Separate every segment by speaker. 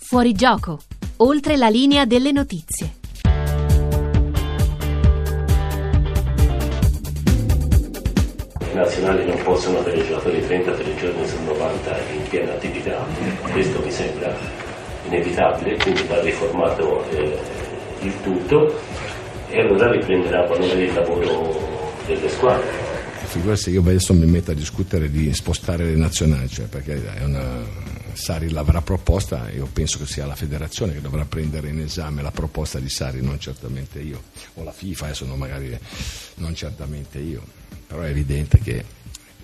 Speaker 1: Fuorigioco. Oltre la linea delle notizie.
Speaker 2: I nazionali non possono avere giocatori 30 per i giorni su 90 in piena attività, questo mi sembra inevitabile, quindi va riformato eh, il tutto e allora riprenderà valore il lavoro delle squadre.
Speaker 3: Figurarsi io adesso mi metto a discutere di spostare le nazionali, cioè perché è una... Sari l'avrà proposta e io penso che sia la federazione che dovrà prendere in esame la proposta di Sari, non certamente io, o la FIFA, adesso non magari non certamente io, però è evidente che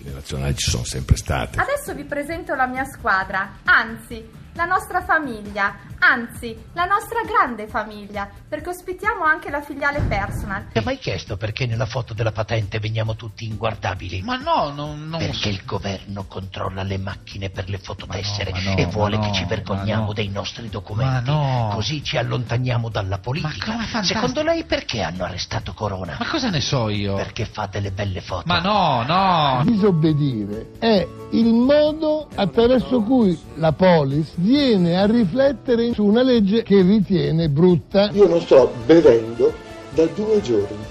Speaker 3: le nazionali ci sono sempre state.
Speaker 4: Adesso vi presento la mia squadra, anzi, la nostra famiglia, anzi, la nostra grande famiglia, perché ospitiamo anche la filiale personal.
Speaker 5: Ti hai mai chiesto perché nella foto della patente veniamo tutti inguardabili?
Speaker 6: Ma no, non, non
Speaker 5: perché il governo controlla le macchine per le fototessere e vuole che ci vergogniamo dei nostri documenti.
Speaker 6: Ma no.
Speaker 5: Così ci allontaniamo dalla politica.
Speaker 6: come è fantastico.
Speaker 5: Secondo lei perché hanno arrestato Corona?
Speaker 6: Ma cosa ne so io?
Speaker 5: Perché fa delle belle foto.
Speaker 6: Ma no, no.
Speaker 7: disobbedire è il modo attraverso cui la polis viene a riflettere su una legge che ritiene brutta.
Speaker 8: Io non sto bevendo da due giorni.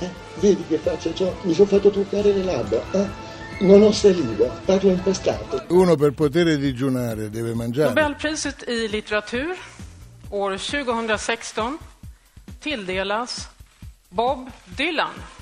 Speaker 8: eh. Vedi che faccio ciò? Mi sono fatto truccare le labbra. eh. Non ho saliva, parlo impastato.
Speaker 7: Uno per poter digiunare deve mangiare.
Speaker 9: Nobelpriset i litteratur år 2016 tilldelas Bob Dylan.